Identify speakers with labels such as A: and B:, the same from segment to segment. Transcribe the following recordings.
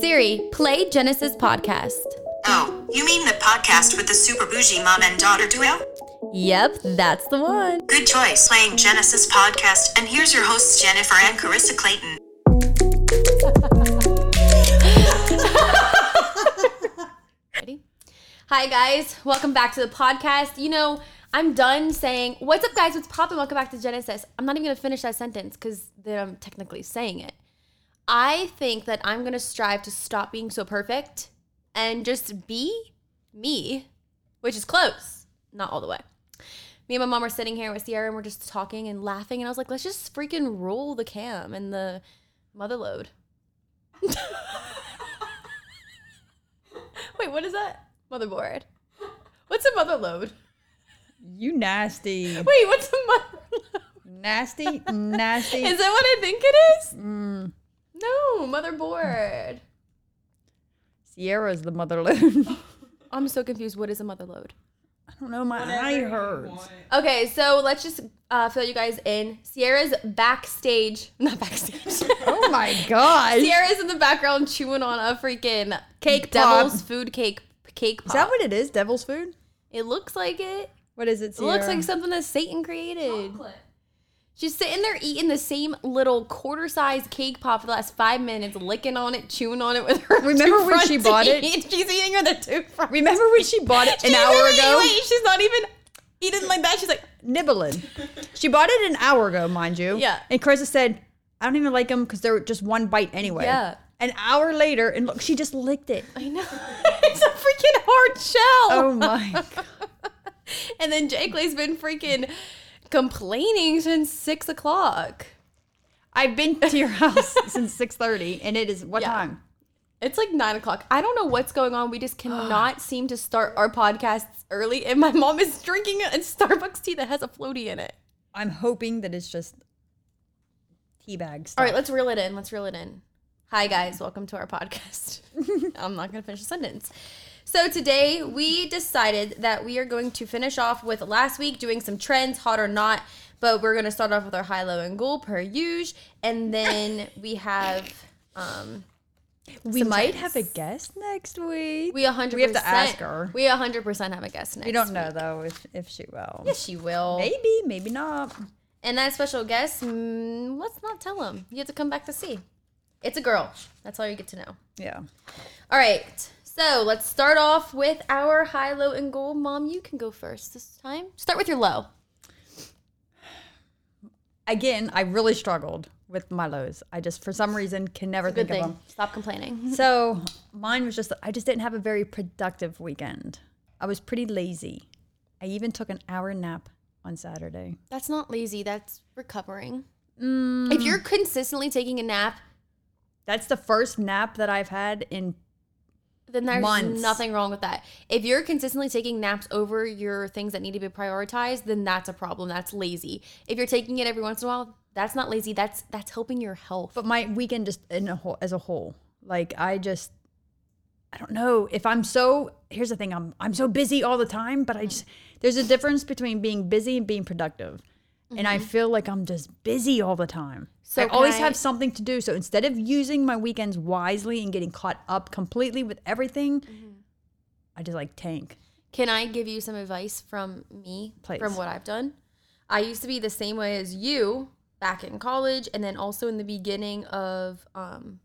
A: Siri, play Genesis podcast.
B: Oh, you mean the podcast with the super bougie mom and daughter duo?
A: Yep, that's the one.
B: Good choice playing Genesis podcast, and here's your hosts Jennifer and Carissa Clayton.
A: Ready? Hi guys, welcome back to the podcast. You know, I'm done saying "What's up, guys? What's poppin'? Welcome back to Genesis." I'm not even gonna finish that sentence because then I'm technically saying it. I think that I'm gonna strive to stop being so perfect and just be me, which is close, not all the way. Me and my mom were sitting here with Sierra and we're just talking and laughing, and I was like, "Let's just freaking roll the cam and the mother load." Wait, what is that? Motherboard. What's a mother load?
C: You nasty,
A: Wait, what's a mother load?
C: nasty, nasty.
A: Is that what I think it is?
C: Mm,
A: No, motherboard.
C: Sierra's the mother loon.
A: I'm so confused. What is a mother load?
C: I don't know. My eye hurts.
A: Okay, so let's just uh, fill you guys in. Sierra's backstage, not backstage.
C: Oh my gosh.
A: Sierra's in the background chewing on a freaking
C: Cake
A: devil's
C: pop.
A: food cake cake pop.
C: Is that what it is? Devil's food?
A: it looks like it.
C: What is it?
A: It
C: Sierra?
A: looks like something that Satan created. She's sitting there eating the same little quarter-sized cake pop for the last five minutes, licking on it, chewing on it with her.
C: Remember
A: two
C: when she
A: front
C: bought it?
A: teeth. She's eating with her two front.
C: Remember when she bought it an
A: She's
C: hour
A: really-
C: ago?
A: Wait, she's not even eating like that. She's like,
C: Nibbling. She bought it an hour ago, mind you.
A: Yeah.
C: And Carissa said, "I don't even like them because they're just one bite anyway."
A: Yeah.
C: An hour later, and look, she just licked it.
A: I know. it's a freaking hard shell.
C: Oh my.
A: And then Jakeley's been freaking complaining since six o'clock.
C: I've been to your house since six thirty, and it is what
A: Yeah.
C: time?
A: It's like nine o'clock. I don't know what's going on. We just cannot seem to start our podcasts early. And my mom is drinking a Starbucks tea that has a floaty in it.
C: I'm hoping that it's just tea bags.
A: All right, let's reel it in. Let's reel it in. Hi, guys. Welcome to our podcast. I'm not going to finish the sentence. So, today we decided that we are going to finish off with last week doing some trends, hot or not, but we're going to start off with our high, low, and goal per usual. And then we have, um,
C: we
A: some
C: might
A: trends.
C: have a guest next week.
A: we 100%.
C: We have to ask her.
A: We 100% have a guest next.
C: We don't
A: week.
C: know though if, if she will.
A: Yes, she will.
C: Maybe, maybe not.
A: And that special guest, mm, let's not tell him. You have to come back to see. It's a girl. That's all you get to know.
C: Yeah.
A: All right. So let's start off with our high, low, and goal. Mom, you can go first this time. Start with your low.
C: Again, I really struggled with my lows. I just for some reason can never
A: Good
C: think of
A: thing.
C: them. Mm-hmm.
A: Stop complaining.
C: So mine was just I just didn't have a very productive weekend. I was pretty lazy. I even took an hour nap on Saturday.
A: That's not lazy. That's recovering.
C: Mm.
A: If you're consistently taking a nap,
C: That's the first nap that I've had in
A: then there's
C: Months.
A: nothing wrong with that. If you're consistently taking naps over your things that need to be prioritized, then that's a problem. That's lazy. If you're taking it every once in a while, that's not lazy. That's that's helping your health.
C: but my weekend just in a whole as a whole like i just i don't know if i'm so here's the thing i'm i'm so busy all the time but i just there's a difference between being busy and being productive and i feel like i'm just busy all the time
A: Mm-hmm. So
C: so i always
A: can I-
C: have something to do so instead of using my weekends wisely and getting caught up completely with everything
A: Mm-hmm.
C: i just like tank
A: Can I give you some advice from me
C: Please.
A: from what I've done? I used to be the same way as you back in college and then also in the beginning of um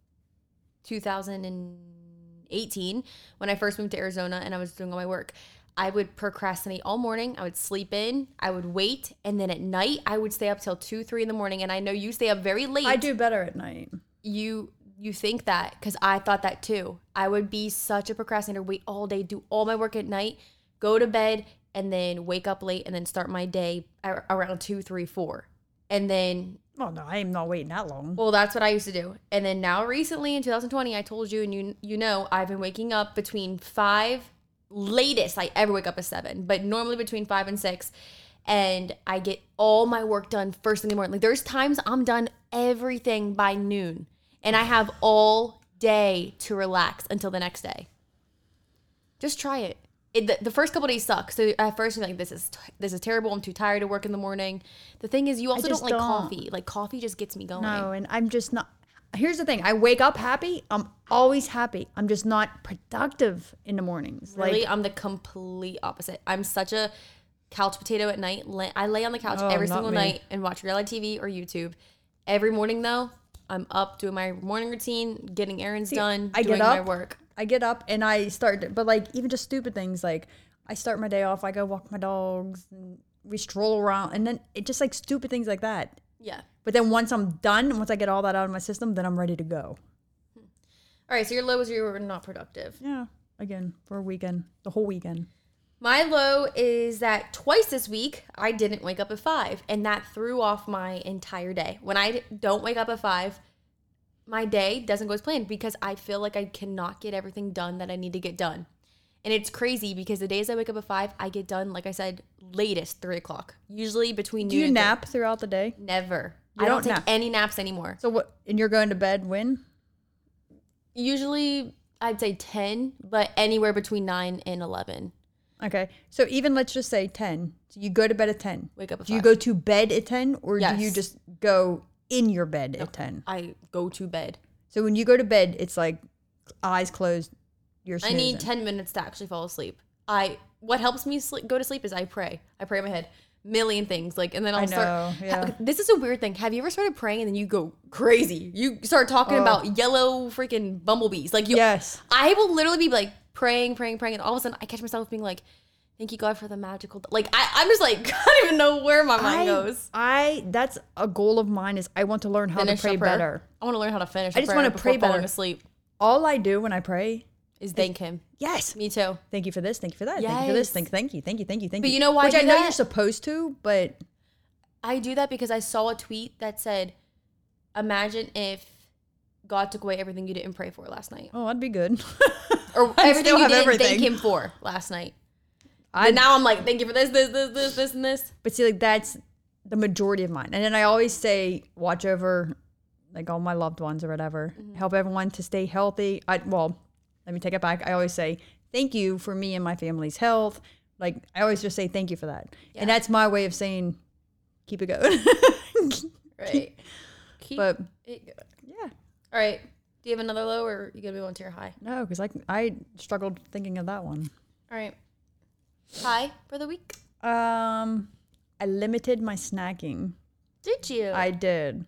A: 2018 when I first moved to Arizona and I was doing all my work. I would procrastinate all morning. I would sleep in. I would wait. And then at night, I would stay up till two, three in the morning. And I know you stay up very late
C: i do better at night
A: you you think that because I thought that too. I would be such a procrastinator, wait all day, do all my work at night, go to bed, and then wake up late, and then start my day ar- around two, three, four, and then
C: well no i am not waiting that long
A: well, that's what I used to do. And then now recently in 2020, I told you and you you know, I've been waking up between 5 latest I ever wake up is 7, but normally between 5 and 6 and I get all my work done first thing in the morning. Like there's times I'm done everything by noon and I have all day to relax until the next day. Just try it. It, the, the first couple days suck. So at first you're like, "This is t- this is terrible. I'm too tired to work in the morning." The thing is, you also don't
C: just
A: like
C: don't.
A: coffee. Like coffee just gets me going.
C: No, and I'm just not. here's the thing. I wake up happy. I'm always happy. I'm just not productive in the mornings.
A: Really,
C: Like
A: I'm the complete opposite. I'm such a couch potato at night. Lay, I lay on the couch
C: Oh,
A: every
C: not
A: single
C: me.
A: night and watch reality TV or YouTube. Every morning though, I'm up doing my morning routine, getting errands done,
C: I get
A: doing my
C: up.
A: work.
C: I get up and I start but like even just stupid things like I start my day off, I go walk my dogs and we stroll around and then it just like stupid things like that.
A: Yeah.
C: But then once I'm done, once I get all that out of my system, then I'm ready to go.
A: All right. So your low is you were not productive.
C: Yeah. Again, for a weekend, the whole weekend.
A: My low is that twice this week I didn't wake up at five, and that threw off my entire day. When I d- don't wake up at five, my day doesn't go as planned because I feel like I cannot get everything done that I need to get done. And it's crazy because the days I wake up at five, I get done, like I said, latest three o'clock, usually between
C: Do
A: noon
C: you
A: and
C: nap throughout the day?
A: three. Never.
C: You
A: I don't,
C: don't
A: take
C: nap.
A: any naps anymore.
C: So what and you're going to bed when?
A: Usually I'd say 10, but anywhere between 9 and 11.
C: Okay. So even let's just say 10. So you go to bed at 10.
A: Wake up at
C: Do you
A: five.
C: go to bed at 10 or do you
A: Yes.
C: just go in your bed at 10?
A: I go to bed.
C: So when you go to bed, it's like eyes closed, you're
A: I
C: snoozing.
A: need 10 minutes to actually fall asleep. I what helps me sleep, go to sleep is I pray. I pray in my head. Million things like and then I'll
C: I
A: start
C: know, yeah.
A: This is a weird thing. Have you ever started praying and then you go crazy? You start talking about yellow freaking bumblebees. Like you
C: Oh. Yes.
A: I will literally be like praying, praying, praying and all of a sudden I catch myself being like thank you God for the magical like I I'm just like I don't even know where my mind
C: I,
A: goes.
C: I that's a goal of mine is I want to learn how
A: Finish
C: to pray
A: a prayer.
C: better.
A: I want to learn how to finish.
C: I just wanna pray
A: falling
C: better.
A: asleep.
C: All I do when I pray,
A: Is thank him.
C: yes,
A: Me too.
C: thank you for this, thank you for that, thank you for this,
A: Yes.
C: thank thank you, thank you, thank you, thank
A: But
C: you.
A: you know why I
C: Which I
A: do
C: know
A: that?
C: you're supposed to, but
A: I do that because I saw a tweet that said, "Imagine if God took away everything you didn't pray for last night,
C: oh, that'd be good.
A: or
C: I
A: everything
C: still
A: you
C: have
A: didn't thank
C: everything.
A: Him for last night."
C: I-
A: and now I'm like, "Thank you for this, this, this, this, this, and this."
C: But see, like that's the majority of mine. And then I always say, watch over like all my loved ones or whatever. Help everyone to stay healthy. I well, let me take it back. I always say thank you for me and my family's health. Like I always just say thank you for that. And that's my way of saying keep it going.
A: Right. Keep
C: but
A: it good.
C: yeah,
A: All right. Do you have another low, or you gonna move on to your high?
C: no, because like I struggled thinking of that one.
A: All right. High for the week.
C: Um, I limited my snacking.
A: Did you?
C: I did.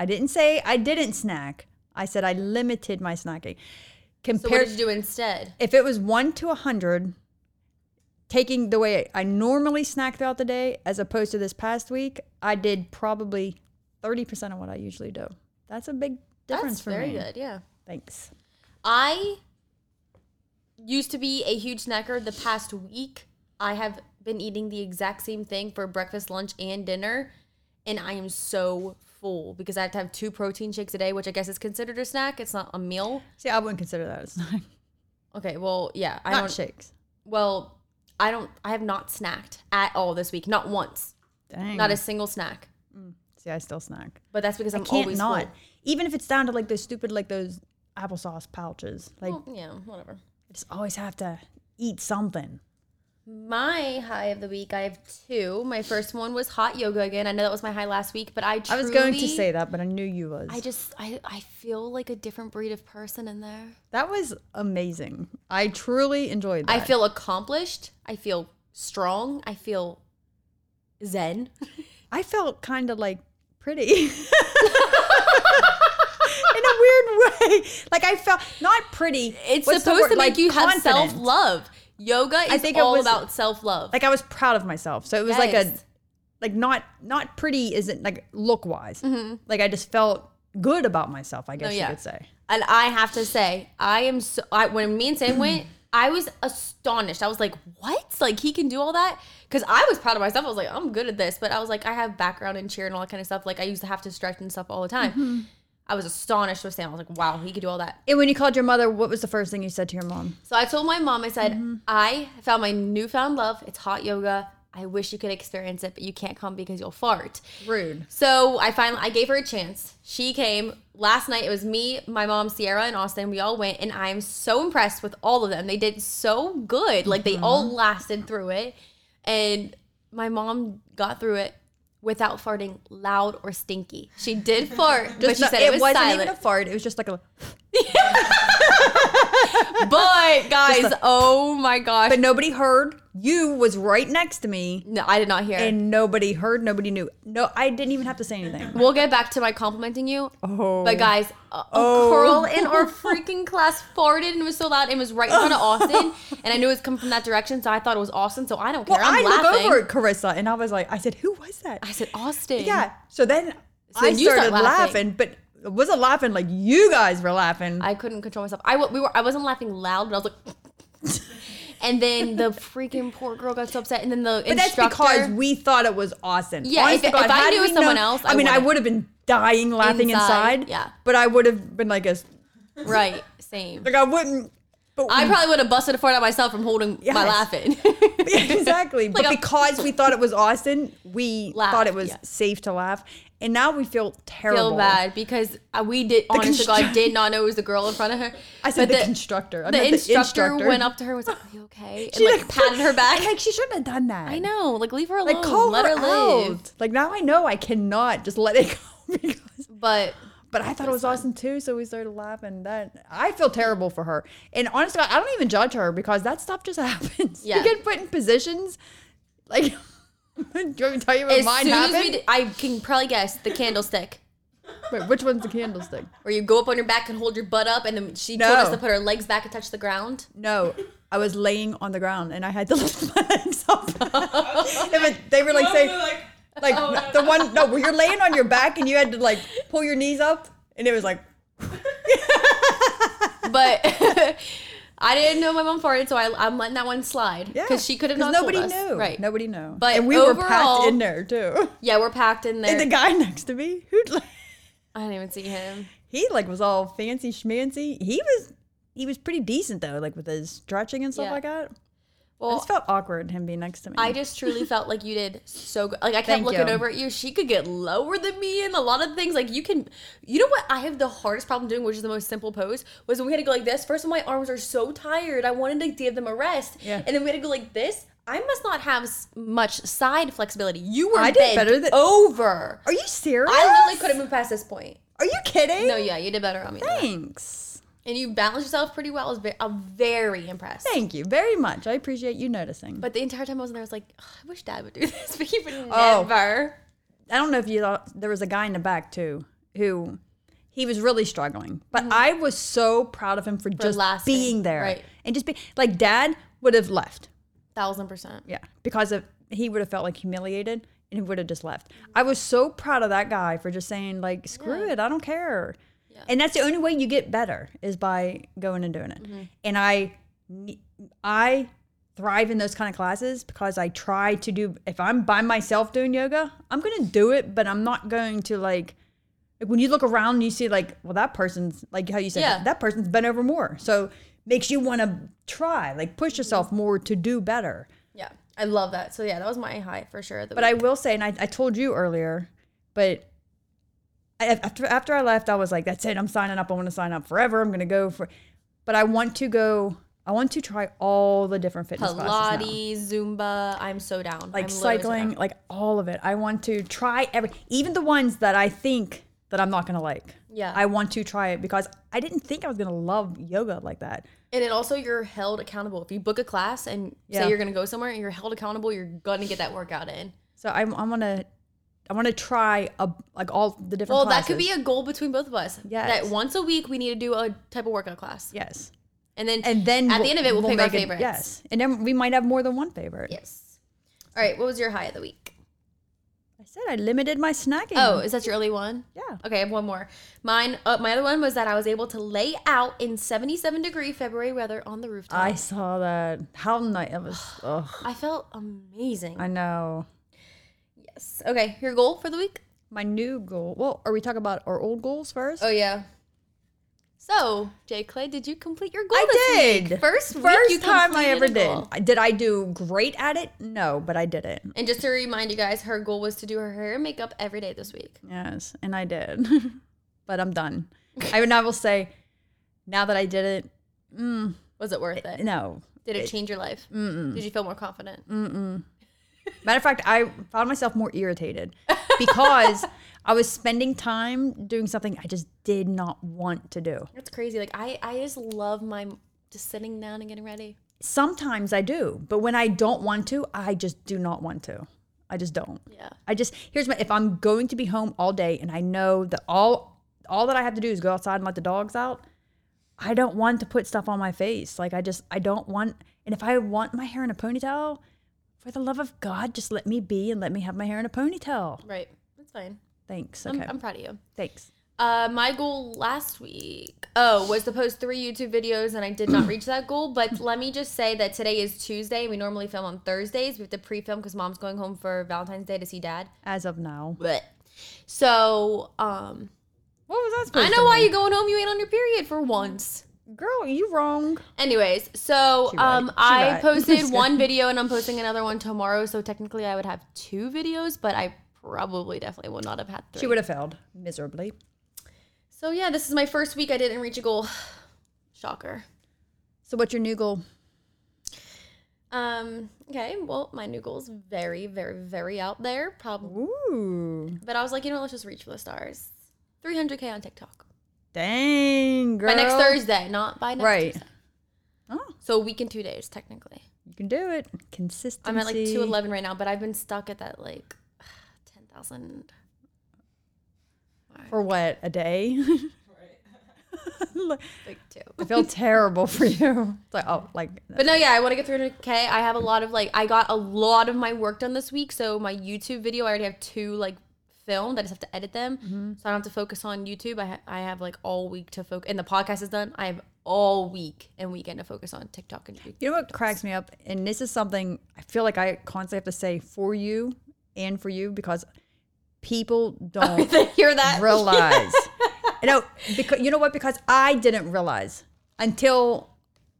C: I didn't say I didn't snack. I said I limited my snacking.
A: so what
C: Compared,
A: did you do instead?
C: if it was one to a hundred, taking the way I normally snack throughout the day, as opposed to this past week, I did probably thirty percent of what I usually do. That's a big difference
A: That's
C: for
A: very
C: me.
A: good. Yeah.
C: Thanks.
A: I used to be a huge snacker. The past week, I have been eating the exact same thing for breakfast, lunch, and dinner, and I am so full because I have to have two protein shakes a day, which I guess is considered a snack. It's not a meal.
C: See, I wouldn't consider that a snack.
A: Okay, well, yeah, I
C: Not
A: don't.
C: shakes.
A: Well, I don't. I have not snacked at all this week. Not once.
C: Dang.
A: Not a single snack.
C: See, I still snack.
A: But that's because I'm
C: Can't
A: always
C: not.
A: full.
C: Even if it's down to like those stupid like those applesauce pouches. Like
A: Well, yeah, whatever.
C: I just always have to eat something.
A: My high of the week, I have two. My first one was hot yoga again. I know that was my high last week, but I
C: I
A: truly
C: was going to say that, but I knew you was.
A: I just I, I feel like a different breed of person in there.
C: that was amazing. I truly enjoyed that.
A: I feel accomplished. I feel strong. I feel zen.
C: I felt kind of like pretty. In a weird way. Like I felt not pretty.
A: It's
C: What's the
A: supposed
C: word?
A: to make
C: Like,
A: you have
C: confident.
A: self love. Yoga is
C: think it
A: all
C: was-
A: about self love.
C: Like I was proud of myself. So it was like a
A: Yes.
C: like not not pretty isn't like look wise. Like I just felt good about myself, I guess
A: Mm-hmm. Oh, yeah.
C: you could say.
A: and I have to say, I am so. I, when me and Sam went, I was astonished. I was like, "What? Like he can do all that?" Because I was proud of myself. I was like, "I'm good at this," but I was like, I have background in cheer and all that kind of stuff. Like I used to have to stretch and stuff all the time. I was astonished with Sam. I was like, "Wow, he could do all that."
C: And when you called your mother, what was the first thing you said to your mom?
A: So I told my mom, I said, I found my newfound love. It's hot yoga. I wish you could experience it, but you can't come because you'll fart.
C: Rude.
A: So I finally I gave her a chance. She came last night. It was me, my mom, Sierra, and Austin. We all went, and I'm so impressed with all of them. They did so
C: Mm-hmm.
A: good. Like they all lasted through it, and my mom got through it. without farting loud or stinky. She did fart, but she
C: No,
A: said it, was
C: wasn't
A: silent.
C: even a fart. It was just like a.
A: but guys, oh my gosh.
C: But nobody heard. You was right next to me,
A: no, I did not hear. it.
C: and nobody heard. Nobody knew. No, I didn't even have to say anything.
A: we'll get back to my complimenting you.
C: Oh.
A: But guys, uh,
C: Oh.
A: Curl in our freaking class farted and was so loud and was right in front of Austin, and I knew it was coming from that direction, so I thought it was Austin. So I don't care.
C: Well,
A: I'm
C: I
A: laughing.
C: look over at Carissa, and I was like, I said, "Who was that?"
A: I said Austin.
C: yeah. So then I
A: then you start
C: started
A: laughing.
C: laughing. but I wasn't laughing like you guys were laughing.
A: I couldn't control myself. I wa- we were I wasn't laughing loud, but I was like. and then the freaking poor girl got so upset, and then the
C: but that's
A: instructor.
C: because we thought it was Austin.
A: Yeah,
C: Honest
A: if-
C: to God,
A: if I
C: had
A: knew it was
C: we
A: someone
C: known-
A: else,
C: I,
A: I
C: mean, I
A: would've-
C: would have been dying laughing
A: Inside,
C: inside.
A: yeah.
C: But I would have been like a
A: right, same.
C: like I wouldn't. But
A: I probably would have busted a fart out myself from holding
C: Yes.
A: my laughing.
C: Yeah, exactly. but
A: Like a-
C: because we thought it was Austin, we
A: Laugh,
C: thought it was
A: yeah.
C: safe to laugh, and now we feel terrible.
A: feel bad because uh, we did, honest to God,
C: construct-
A: did not know it was the girl in front of her.
C: I said
A: But
C: the, constructor. I
A: the
C: meant
A: instructor,
C: instructor.
A: went up to her and was like, Are you okay? And
C: She,
A: like, patted her back.
C: I'm Like she shouldn't have done that.
A: I know. Like, leave her alone.
C: Like call
A: Let
C: her,
A: her, live.
C: out. Like now I know I cannot just let it go because.
A: But
C: But I thought it was Austin too, so we started laughing. That I feel terrible for her, and honestly, I don't even judge her because that stuff just happens.
A: Yeah.
C: You get put in positions, like. Do you want me to tell you what
A: as
C: mine
A: soon
C: happened?
A: as we did, I can probably guess the candlestick.
C: Wait, which one's the candlestick?
A: Where you go up on your back and hold your butt up, and then she told
C: No.
A: us to put her legs back and touch the ground.
C: No, I was laying on the ground and I had to lift my legs up. They were- they were like saying,
D: like,
C: like the one, no, where you're laying on your back and you had to like pull your knees up, and it was like,
A: But I didn't know my mom farted, so I, I'm letting that one slide
C: yeah,
A: because she could have not.
C: Nobody
A: told us.
C: knew,
A: right?
C: Nobody knew.
A: But
C: and we were packed
A: overall-
C: in there too.
A: Yeah, we're packed in there.
C: And the guy next to me, who like,
A: I didn't even see him.
C: he like was all fancy schmancy. He was, he was pretty decent though, like with his stretching and stuff
A: Yeah.
C: like that. I
A: Well,
C: just felt awkward him being next to me.
A: I just truly felt like you did so good. Like I kept
C: Thank
A: looking
C: you.
A: over at you. She could get lower than me in a lot of things. Like you can, you know what I have the hardest problem doing, which is the most simple pose, was when we had to go like this. First of all, my arms are so tired. I wanted to give them a rest.
C: Yeah.
A: And then we had to go like this. I must not have s- much side flexibility. You were
C: I did
A: bent
C: better than-
A: over.
C: Are you serious?
A: I literally could have moved past this point.
C: Are you kidding?
A: No, yeah, you did better on me. than that.
C: Thanks.
A: And you balanced yourself pretty well. I was very, I'm very impressed.
C: Thank you very much. I appreciate you noticing. But
A: But the entire time I was in there, I was like, "Ugh, I wish Dad would do this, but he would
C: Oh.
A: never.
C: I don't know if you thought there was a guy in the back too who he was really struggling. But I was so proud of him Mm-hmm. for, just
A: lasting,
C: being there
A: right.
C: and just be like dad would have left.
A: Thousand percent.
C: Yeah, because of he would have felt like humiliated and he would have just left. I was so proud of that guy for just saying like screw it, I don't care. And that's the only way you get better is by going and doing it. And I ne- I thrive in those kind of classes because I try to do if I'm by myself doing yoga, I'm going to do it, but I'm not going to like like when you look around and you see like well that person's like how you said
A: Yeah.
C: that person's bent over more. So makes you want to try, like push yourself more to do better.
A: Yeah, I love that. So yeah, that was my high for sure.
C: But I will say, and I, I told you earlier, but I, after after I left, I was like, "That's it. I'm signing up. I want to sign up forever. I'm gonna go for." But I want to go. I want to try all the different fitness classes now.
A: Pilates, Zumba, I'm so down.
C: like
A: I'm literally so
C: cycling,
A: down.
C: like all of it. I want to try every, even the ones that I think that I'm not gonna like.
A: Yeah.
C: I want to try it because I didn't think I was gonna love yoga like that.
A: And it also you're held accountable. If you book a class and
C: Yeah.
A: say you're gonna go somewhere, you're held accountable. You're gonna get that workout in.
C: So I, I want to, I want to try a, like all the different.
A: Well, that could be
C: classes.
A: a goal between both of us.
C: Yes.
A: That once a week we need to do a type of workout class,
C: yes.
A: and then
C: and then
A: at the end of it we'll, pick our
C: make it-
A: favorites.
C: Yes, and then we might have more than one favorite.
A: Yes. All right. What was your high of the week?
C: I said I limited my snacking.
A: Oh, is that your early one?
C: yeah.
A: Okay, I have one more. Mine, uh, my other one was that I was able to lay out in 77 degree February weather on the rooftop.
C: I saw that. How nice it was. Ugh,
A: I felt amazing.
C: I know.
A: yes. Okay, your goal for the week?
C: My new goal. Well, are we talking about our old goals first?
A: Oh yeah. So, Jay Clay, did you complete your goal? this
C: I
A: week?
C: did.
A: First, week
C: First
A: you
C: time I
A: completed
C: ever
A: a
C: did.
A: goal.
C: I- Did I do great at it? No, but I did it.
A: And just to remind you guys, her goal was to do her hair and makeup every day this week.
C: Yes, and I did. but I'm done. I mean, I will say, now that I did it,
A: Was it worth it?
C: no, Mm.
A: Did it change your life? Did you feel more confident?
C: Matter of fact, I found myself more irritated because I was spending time doing something I just did not want to do.
A: That's crazy. Like I, I just love my just sitting down and getting ready.
C: Sometimes I do, but when I don't want to, I just do not want to. I just don't.
A: Yeah.
C: I just here's my if I'm going to be home all day and I know that all all that I have to do is go outside and let the dogs out, I don't want to put stuff on my face. Like I just I don't want and if I want my hair in a ponytail, for the love of God, just let me be and let me have my hair in a ponytail.
A: Right. That's fine.
C: Thanks.
A: I'm,
C: Okay.
A: I'm proud of you.
C: Thanks.
A: Uh, my goal last week, oh, was to post three YouTube videos, and I did not reach that goal. But let me just say that today is Tuesday. We normally film on Thursdays. We have to pre-film because mom's going home for Valentine's Day to see dad.
C: As of now.
A: But so, um,
C: What was that supposed
A: I know why you're going home. You ain't on your period for once.
C: Girl, you wrong.
A: Anyways, so
C: right.
A: um,
C: She
A: I
C: right.
A: posted
C: Just
A: one video and I'm posting another one tomorrow. So technically, I would have two videos, but I probably definitely would not have had three.
C: She would have failed miserably.
A: so yeah, this is my first week. I didn't reach a goal. Shocker.
C: So what's your new goal?
A: Um. Okay. Well, my new goal's very, very, very out there. Probably,
C: Ooh.
A: but I was like, you know, let's just reach for the stars. 300k on TikTok
C: Dang, girl.
A: by next Thursday, not by next.
C: Right.
A: Tuesday.
C: Oh,
A: So a week and two days, technically.
C: you can do it. Consistency.
A: I'm at like 211 right now, but I've been stuck at that like 10,000.
C: For what? A day? Like,
A: Like two.
C: I feel terrible for you. It's like, oh, like,
A: But no, yeah, I want to get 300k. I have a lot of like, I got a lot of my work done this week. So my YouTube video, I already have two like filmed. I just have to edit them, so I don't have to focus on YouTube. I ha- I have like all week to focus, and the podcast is done. I have all week and weekend to focus on TikTok and YouTube.
C: you know what cracks me up? And this is something I feel like I constantly have to say for you and for you because people don't
A: Hear that?
C: realize. you know, because you know what? Because I didn't realize until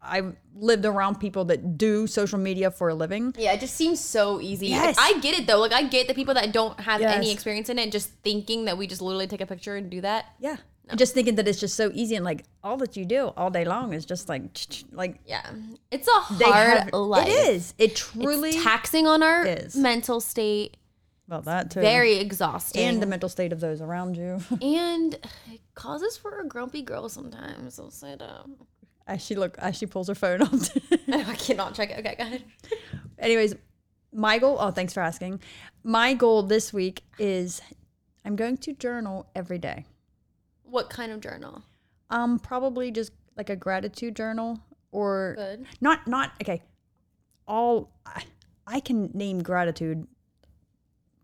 C: I lived around people that do social media for a living.
A: Yeah, it just seems so easy.
C: Yes.
A: Like, I get it though. Like I get the people that don't have any
C: Yes.
A: experience in it, just thinking that we just literally take a picture and do that.
C: Yeah. Just thinking that it's just so easy and like all that you do all day long is just like like
A: Yeah, it's a hard
C: have-
A: life.
C: It is. It
A: It's
C: truly
A: taxing on our
C: is.
A: mental state.
C: well that too.
A: very exhausting
C: and
A: and,
C: the mental state of those around you.
A: it causes for a grumpy girl sometimes i'll say that
C: as she look as she pulls her phone out.
A: i cannot check it okay go ahead
C: Anyways, my goal. Oh, thanks for asking. My goal this week is I'm going to journal every day.
A: what kind of journal
C: Um, probably just like a gratitude journal or
A: good
C: not. Not okay. All I, I can name gratitude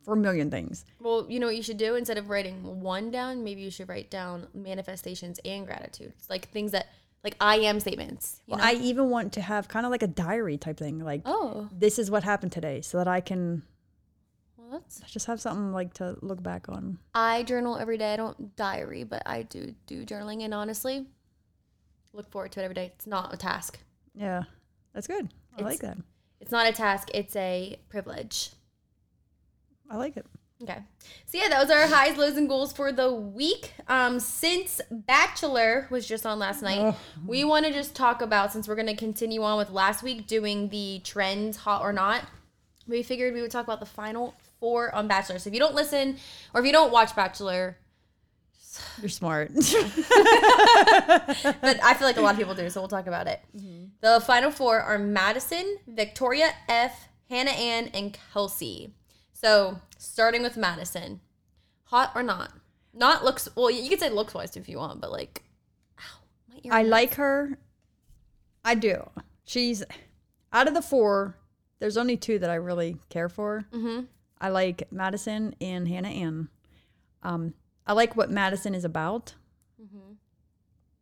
C: for a million things.
A: well you know what you should do instead of writing one down maybe you should write down manifestations and gratitudes like things that like i am statements you
C: Well,
A: know?
C: I even want to have kind of like a diary type thing. Like
A: oh
C: this is what happened today, so that I can
A: well that's
C: just have something like to look back on.
A: i journal every day i don't diary but i do do journaling and honestly look forward to it every day it's not a task
C: Yeah, that's good. I like that.
A: it's not a task it's a privilege
C: I like it.
A: Okay. So yeah, that was our highs, lows, and goals for the week. Um, since Bachelor was just on last night, we want to just talk about since we're gonna continue on with last week doing the trends, hot or not. We figured we would talk about the final four on Bachelor. So if you don't listen or if you don't watch Bachelor,
C: You're smart.
A: but I feel like a lot of people do, so we'll talk about it.
C: Mm-hmm.
A: The final four are Madison, Victoria F, Hannah Ann, and Kelsey. So starting with Madison, hot or not? Not looks. Well, you could say looks wise if you want, but like, ow, my ear.
C: I like her. I do. She's out of the four. There's only two that I really care for. Mm-hmm. I like Madison and Hannah Ann. Um, I like what Madison is about,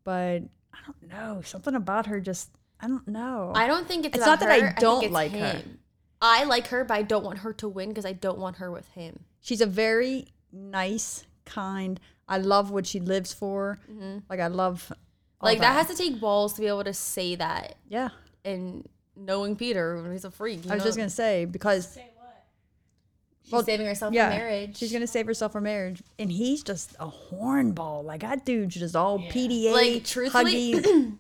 C: but I don't know something about her. Just I don't know.
A: I don't think it's.
C: It's
A: about
C: not that I
A: her, think
C: don't
A: it's
C: like her.
A: him. I like her, but I don't want her to win because I don't want her with him.
C: She's a very nice, kind. I love what she lives for. Like I love. all
A: Like that. has to take balls to be able to say that.
C: yeah.
A: And knowing Peter, he's a freak. you
C: I was
A: know?
C: just gonna say because
A: She's saving herself
C: yeah,
A: from marriage.
C: She's gonna save herself for marriage, and he's just a hornball. Like that dude's just all PDA,
A: Like, truthfully,
C: huggy.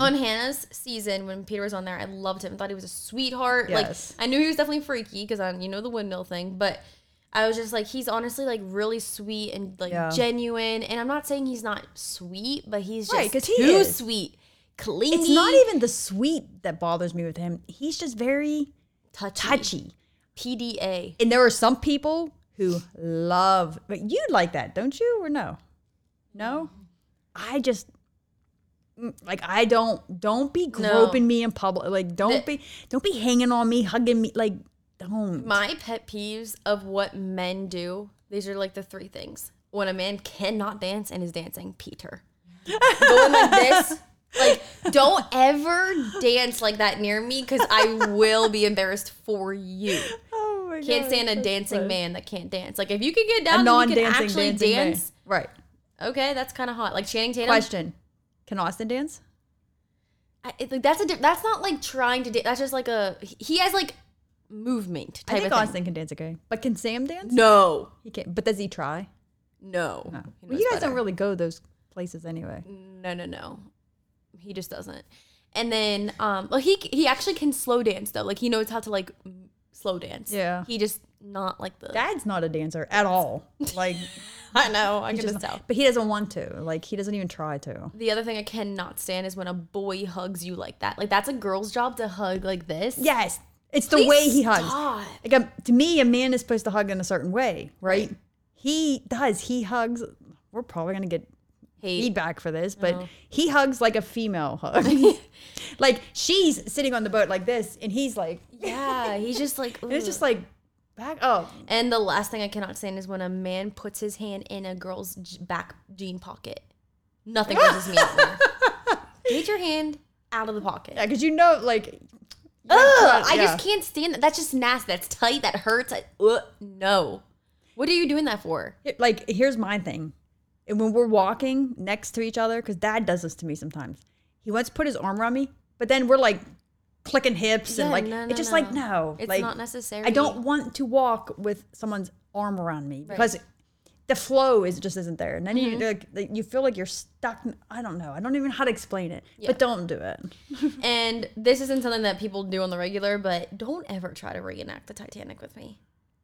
A: on Hannah's season when Peter was on there, I loved him. Thought he was a sweetheart.
C: Yes.
A: Like I knew he was definitely freaky because on you know the windmill thing, but I was just like he's honestly like really sweet and like
C: Yeah.
A: genuine. And I'm not saying he's not sweet, but he's
C: Right,
A: just
C: 'cause he
A: too
C: is.
A: sweet, clingy,
C: It's not even the sweet that bothers me with him. He's just very
A: touchy.
C: touchy.
A: PDA.
C: And there are some people who love, but you like that, don't you? Or no? No? I just, mm, like, I don't, don't be groping me in public. Like, don't be, don't be hanging on me, hugging me. Like, don't.
A: My pet peeves of what men do. These are like the three things. When a man cannot dance and is dancing, Peter. Going like this. Like, don't ever dance like that near me because I will be embarrassed for you.
C: Oh my
A: Can't stand a dancing man that can't dance. Like, if you can get down
C: A
A: and
C: non
A: you can
C: dancing
A: actually
C: dancing man.
A: dance,
C: Right.
A: okay, that's kind of hot. Like Channing Tatum,
C: Question Can Austin dance?
A: I, it, like, that's a diff- that's not like trying to dance. That's just like a he has like movement
C: I
A: type
C: think
A: of
C: Austin can dance okay. But can Sam dance?
A: thing. No,
C: He can't. But does he try?
A: no. He
C: No. Oh. Well,
A: knows
C: you guys
A: better.
C: don't really go those places anyway.
A: no no no he just doesn't and then um well he he actually can slow dance though like he knows how to like m- slow dance
C: Yeah.
A: he just not like the
C: Dad's not a dancer at all. Like,
A: i know i can
C: just
A: just tell
C: But he doesn't want to. Like he doesn't even try to.
A: the other thing i cannot stand is when a boy hugs you like that like that's a girl's job to hug like this
C: Yes, it's the
A: Please
C: way he hugs.
A: stop.
C: Like a, to me, a man is supposed to hug in a certain way, right? He does. He hugs. We're probably gonna get
A: hey
C: feedback for this, but he hugs like a female hug. like she's sitting on the boat like this, and he's like,
A: yeah he's just like
C: and it's
A: "Ugh."
C: just like back up.
A: and the last thing i cannot stand is when a man puts his hand in a girl's j- back jean pocket nothing grosses me out more get your hand out of the pocket
C: Yeah, because you know, like,
A: Ugh, I
C: yeah.
A: just can't stand that. That's just nasty. That's tight. That hurts. I, ugh, no. What are you doing that for?
C: Here- like here's my thing And when we're walking next to each other because dad does this to me sometimes he once put his arm around me but then we're like clicking hips and
A: Yeah,
C: like
A: no, no,
C: it's just
A: no.
C: like no
A: It's
C: like,
A: not necessary.
C: i don't want to walk with someone's arm around me because the flow is just isn't there and then
A: Mm-hmm.
C: you like, like you feel like you're stuck i don't know i don't even know how to explain it but don't do it
A: And this isn't something that people do on the regular, but don't ever try to reenact the Titanic with me.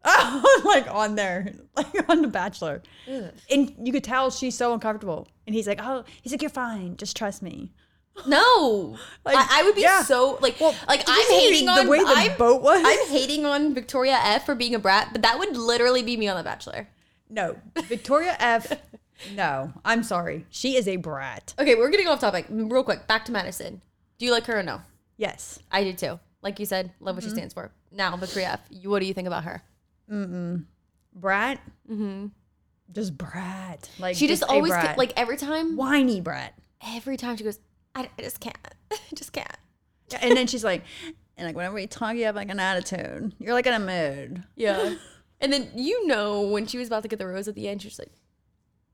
C: oh like on there like on the bachelor and you could tell she's so uncomfortable and he's like oh he's like you're fine just trust me
A: No.
C: Like,
A: I, I would be
C: yeah.
A: so like like
C: did you
A: I'm
C: see
A: hating
C: the
A: on
C: way the
A: I'm,
C: boat was?
A: I'm hating on Victoria F for being a brat, but that would literally be me on The Bachelor.
C: No, Victoria F. No, I'm sorry. She is a brat.
A: Okay, we're getting off topic. Real quick, back to Madison. Do you like her or no?
C: Yes.
A: I do too. Like you said, love what she stands for. Now, Victoria F, you, what do you think about her?
C: Brat. Mm-hmm. Just brat. Like
A: She just
C: a
A: always
C: brat.
A: ca- like every time,
C: whiny brat.
A: every time she goes, I, I just can't, I just can't.
C: and then she's like, and like whenever you talk, you have like an attitude. You're like in a mood.
A: Yeah. and then you know when she was about to get the rose at the end, she's like,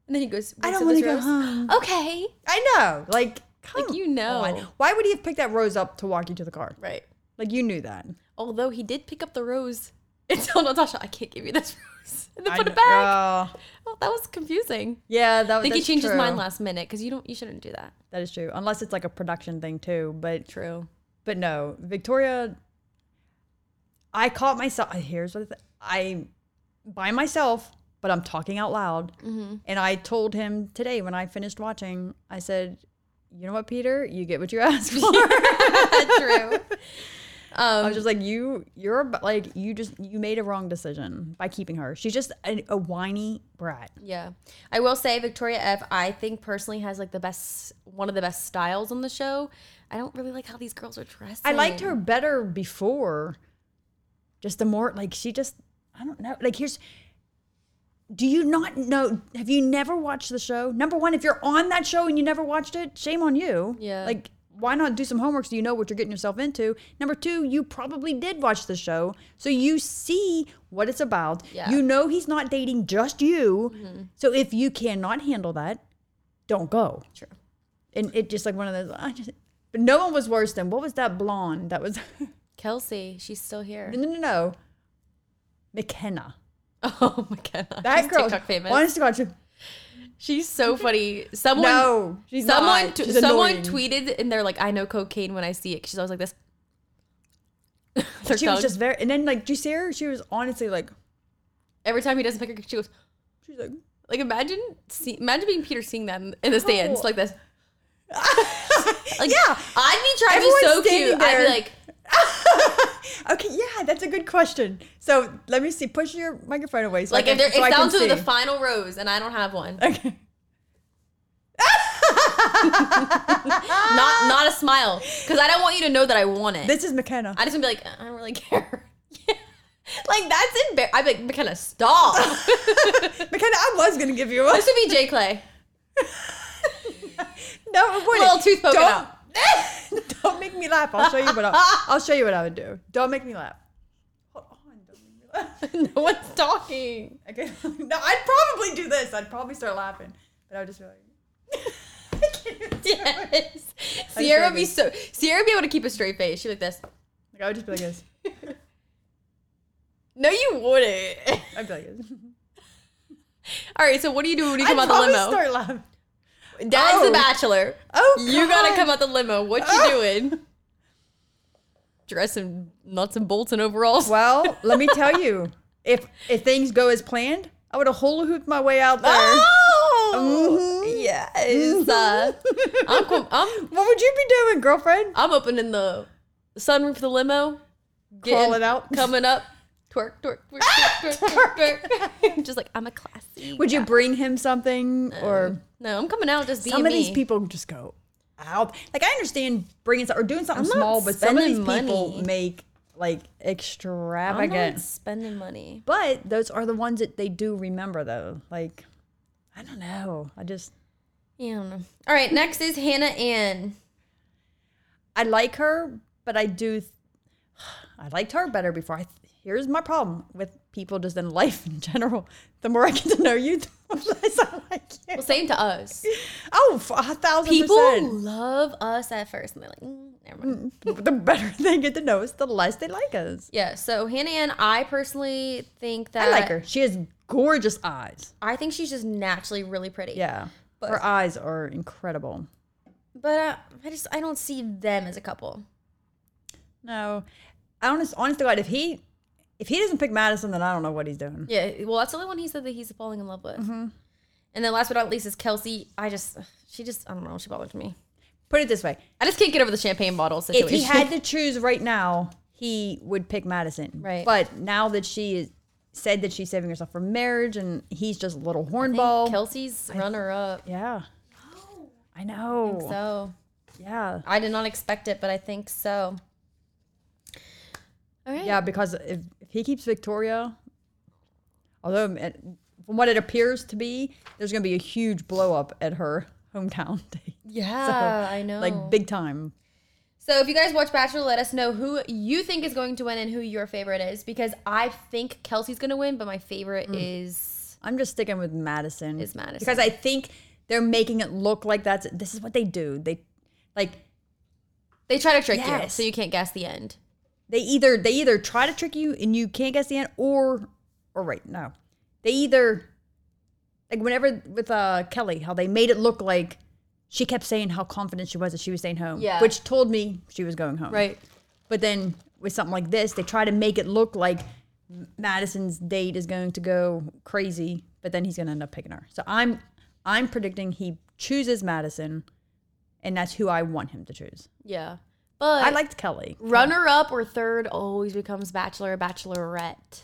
A: and then he goes,
C: I don't
A: want to
C: wanna go home.
A: Okay.
C: I know. Like, come
A: Like, you know.
C: on. Why would he have picked that rose up to walk you to the car?
A: Right.
C: Like you knew that.
A: Although he did pick up the rose and tell Natasha, I can't give you this rose, and then put
C: I
A: it back.
C: kn- oh.
A: Oh, that was confusing.
C: yeah, that.
A: I think he
C: that's
A: changed his
C: true.
A: mind last minute because you don't, you shouldn't do that.
C: That is true. Unless it's like a production thing too. But
A: True.
C: But no, Victoria. I caught myself. Here's what I, by myself, but I'm talking out loud.
A: Mm-hmm.
C: And I told him today when I finished watching, I said, "You know what, Peter? You get what you ask for."
A: True.
C: I was just like, "You, you're ab- like, you just you made a wrong decision by keeping her. She's just a, a whiny brat."
A: Yeah. I will say Victoria F, I think personally has like the best one of the best styles on the show. I don't really like how these girls are dressed.
C: I liked her better before. Just the more like she just I don't know. Like here's do you not know have you never watched the show? Number one, if you're on that show and you never watched it, shame on you.
A: Yeah.
C: Like why not do some homework so you know what you're getting yourself into? Number two, you probably did watch the show, so you see what it's about.
A: Yeah. Mm-hmm.
C: You know he's not dating just you. So if you cannot handle that, don't go
A: True.
C: and it just like one of those. I just, but no one was worse than what was that blonde that was?
A: Kelsey, she's still here.
C: no, no, no, no. McKenna.
A: Oh my god.
C: That
A: she's
C: girl.
A: TikTok famous.
C: Honest to God, she-
A: She's so funny. Someone,
C: No, she's
A: someone,
C: not.
A: t-
C: She's
A: someone
C: annoying.
A: tweeted, and they're like, "I know cocaine when I see it." 'cause She's always like this. Her
C: she was
A: tongue.
C: just very, and then like, do you see her? She was honestly like,
A: every time he doesn't pick her, she goes.
C: she's like,
A: Like imagine, see, imagine being Peter seeing that in, in the stands
C: No.
A: like this. Like
C: yeah.
A: I'd be trying to be
C: Everyone's
A: so
C: standing
A: cute. I'd be
C: there.
A: like,
C: Okay, yeah, that's a good question. So let me see. Push your microphone away. So
A: like
C: I
A: if there,
C: can, so I
A: it's
C: can
A: down to the
C: see.
A: final rows, and I don't have one.
C: Okay.
A: Not not a smile, because I don't want you to know that I want it.
C: This is McKenna.
A: I just would be like, I don't really care. like that's embarrassing. I'd be like, McKenna, stop.
C: McKenna, I was gonna give you one.
A: this would be J Clay.
C: No, it wouldn't.
A: Little tooth poking
C: don't, don't make me laugh. I'll show you what I, I'll show you what I would do. Don't make me laugh. Hold on. Don't make me laugh.
A: no one's talking.
C: Okay. No, I'd probably do this. I'd probably start laughing, but I would just be like. I can't even do it.
A: Yes. Sierra would be
C: like
A: so. Sierra would be able to keep a straight face. She'd be like this.
C: Like I would just be like this.
A: No, you wouldn't.
C: I'd be like this.
A: All right. So what do you do when you
C: I'd
A: come out the
C: probably
A: limo?
C: start laughing.
A: Dad's the
C: Oh.
A: bachelor.
C: Oh,
A: You gotta
C: God.
A: come out the limo. What you
C: Oh.
A: doing? Dress in nuts and bolts and overalls.
C: Well, let me tell you, if if things go as planned, I would have hula hooped my way out there.
A: Oh,
C: Mhm.
A: yes. Ah! Uh, I'm, com- I'm
C: What would you be doing, girlfriend?
A: I'm opening the sunroof of the limo.
C: Crawling out. Ah,
A: Coming up. Twerk, twerk, twerk, twerk, twerk, twerk, twerk. Just like I'm a classy.
C: Would you bring him something
A: Uh,
C: or
A: No, I'm coming out just being
C: some of these
A: me.
C: people just go out? Like I understand bringing some, or doing something
A: I'm not
C: small, but some of these
A: spending money.
C: people make like
A: I'm
C: extravagant.
A: not spending money.
C: But those are the ones that they do remember though. Like I don't know. I just
A: Yeah, I don't know. All right, next is Hannah Ann.
C: I like her, but I do. th- I liked her better before. I th- here's my problem with people just in life in general. The more I get to know you, the less I like you.
A: Well, same to us.
C: Oh, f- a thousand
A: People
C: percent.
A: love us at first, and they're like, mm, never mind.
C: The better they get to know us, the less they like us.
A: Yeah. So Hannah Ann, I personally think that
C: I like her. Uh, She has gorgeous eyes.
A: I think she's just naturally really pretty.
C: Yeah,
A: But-
C: her eyes are incredible.
A: But uh, I just I don't see them as a couple.
C: No, honest, honest to God, if he if he doesn't pick Madison, then I don't know what he's doing.
A: Yeah, well, that's the only one he said that he's falling in love with.
C: Mm-hmm.
A: And then last but not least is Kelsey. I just, she just, I don't know, she bothers me.
C: Put it this way:
A: I just can't get over the champagne bottle situation.
C: if he had to choose right now, he would pick Madison.
A: Right.
C: But now that she is said that she's saving herself for marriage and he's just a little hornball.
A: Kelsey's runner up.
C: yeah. I know.
A: So
C: Yeah.
A: I did not expect it, but I think so. All right.
C: Yeah, because if, if he keeps Victoria, although it- from what it appears to be, there's going to be a huge blow up at her hometown date.
A: Yeah, I know.
C: Like big time.
A: So if you guys watch Bachelor, let us know who you think is going to win and who your favorite is because I think Kelsey's going to win, but my
C: Mm.
A: favorite is
C: I'm just sticking with Madison.
A: Is Madison.
C: Because I think they're making it look like that's this is what they do. They like
A: they try to trick you
C: Yes.
A: so you can't guess the end.
C: they either they either try to trick you and you can't guess the end or or right no they either like whenever with uh kelly how they made it look like she kept saying how confident she was that she was staying home
A: Yeah.
C: which told me she was going home
A: Right.
C: but then with something like this they try to make it look like madison's date is going to go crazy but then he's going to end up picking her so i'm i'm predicting he chooses madison and that's who i want him to choose
A: Yeah. But
C: i liked kelly
A: runner up or third always becomes bachelor or bachelorette.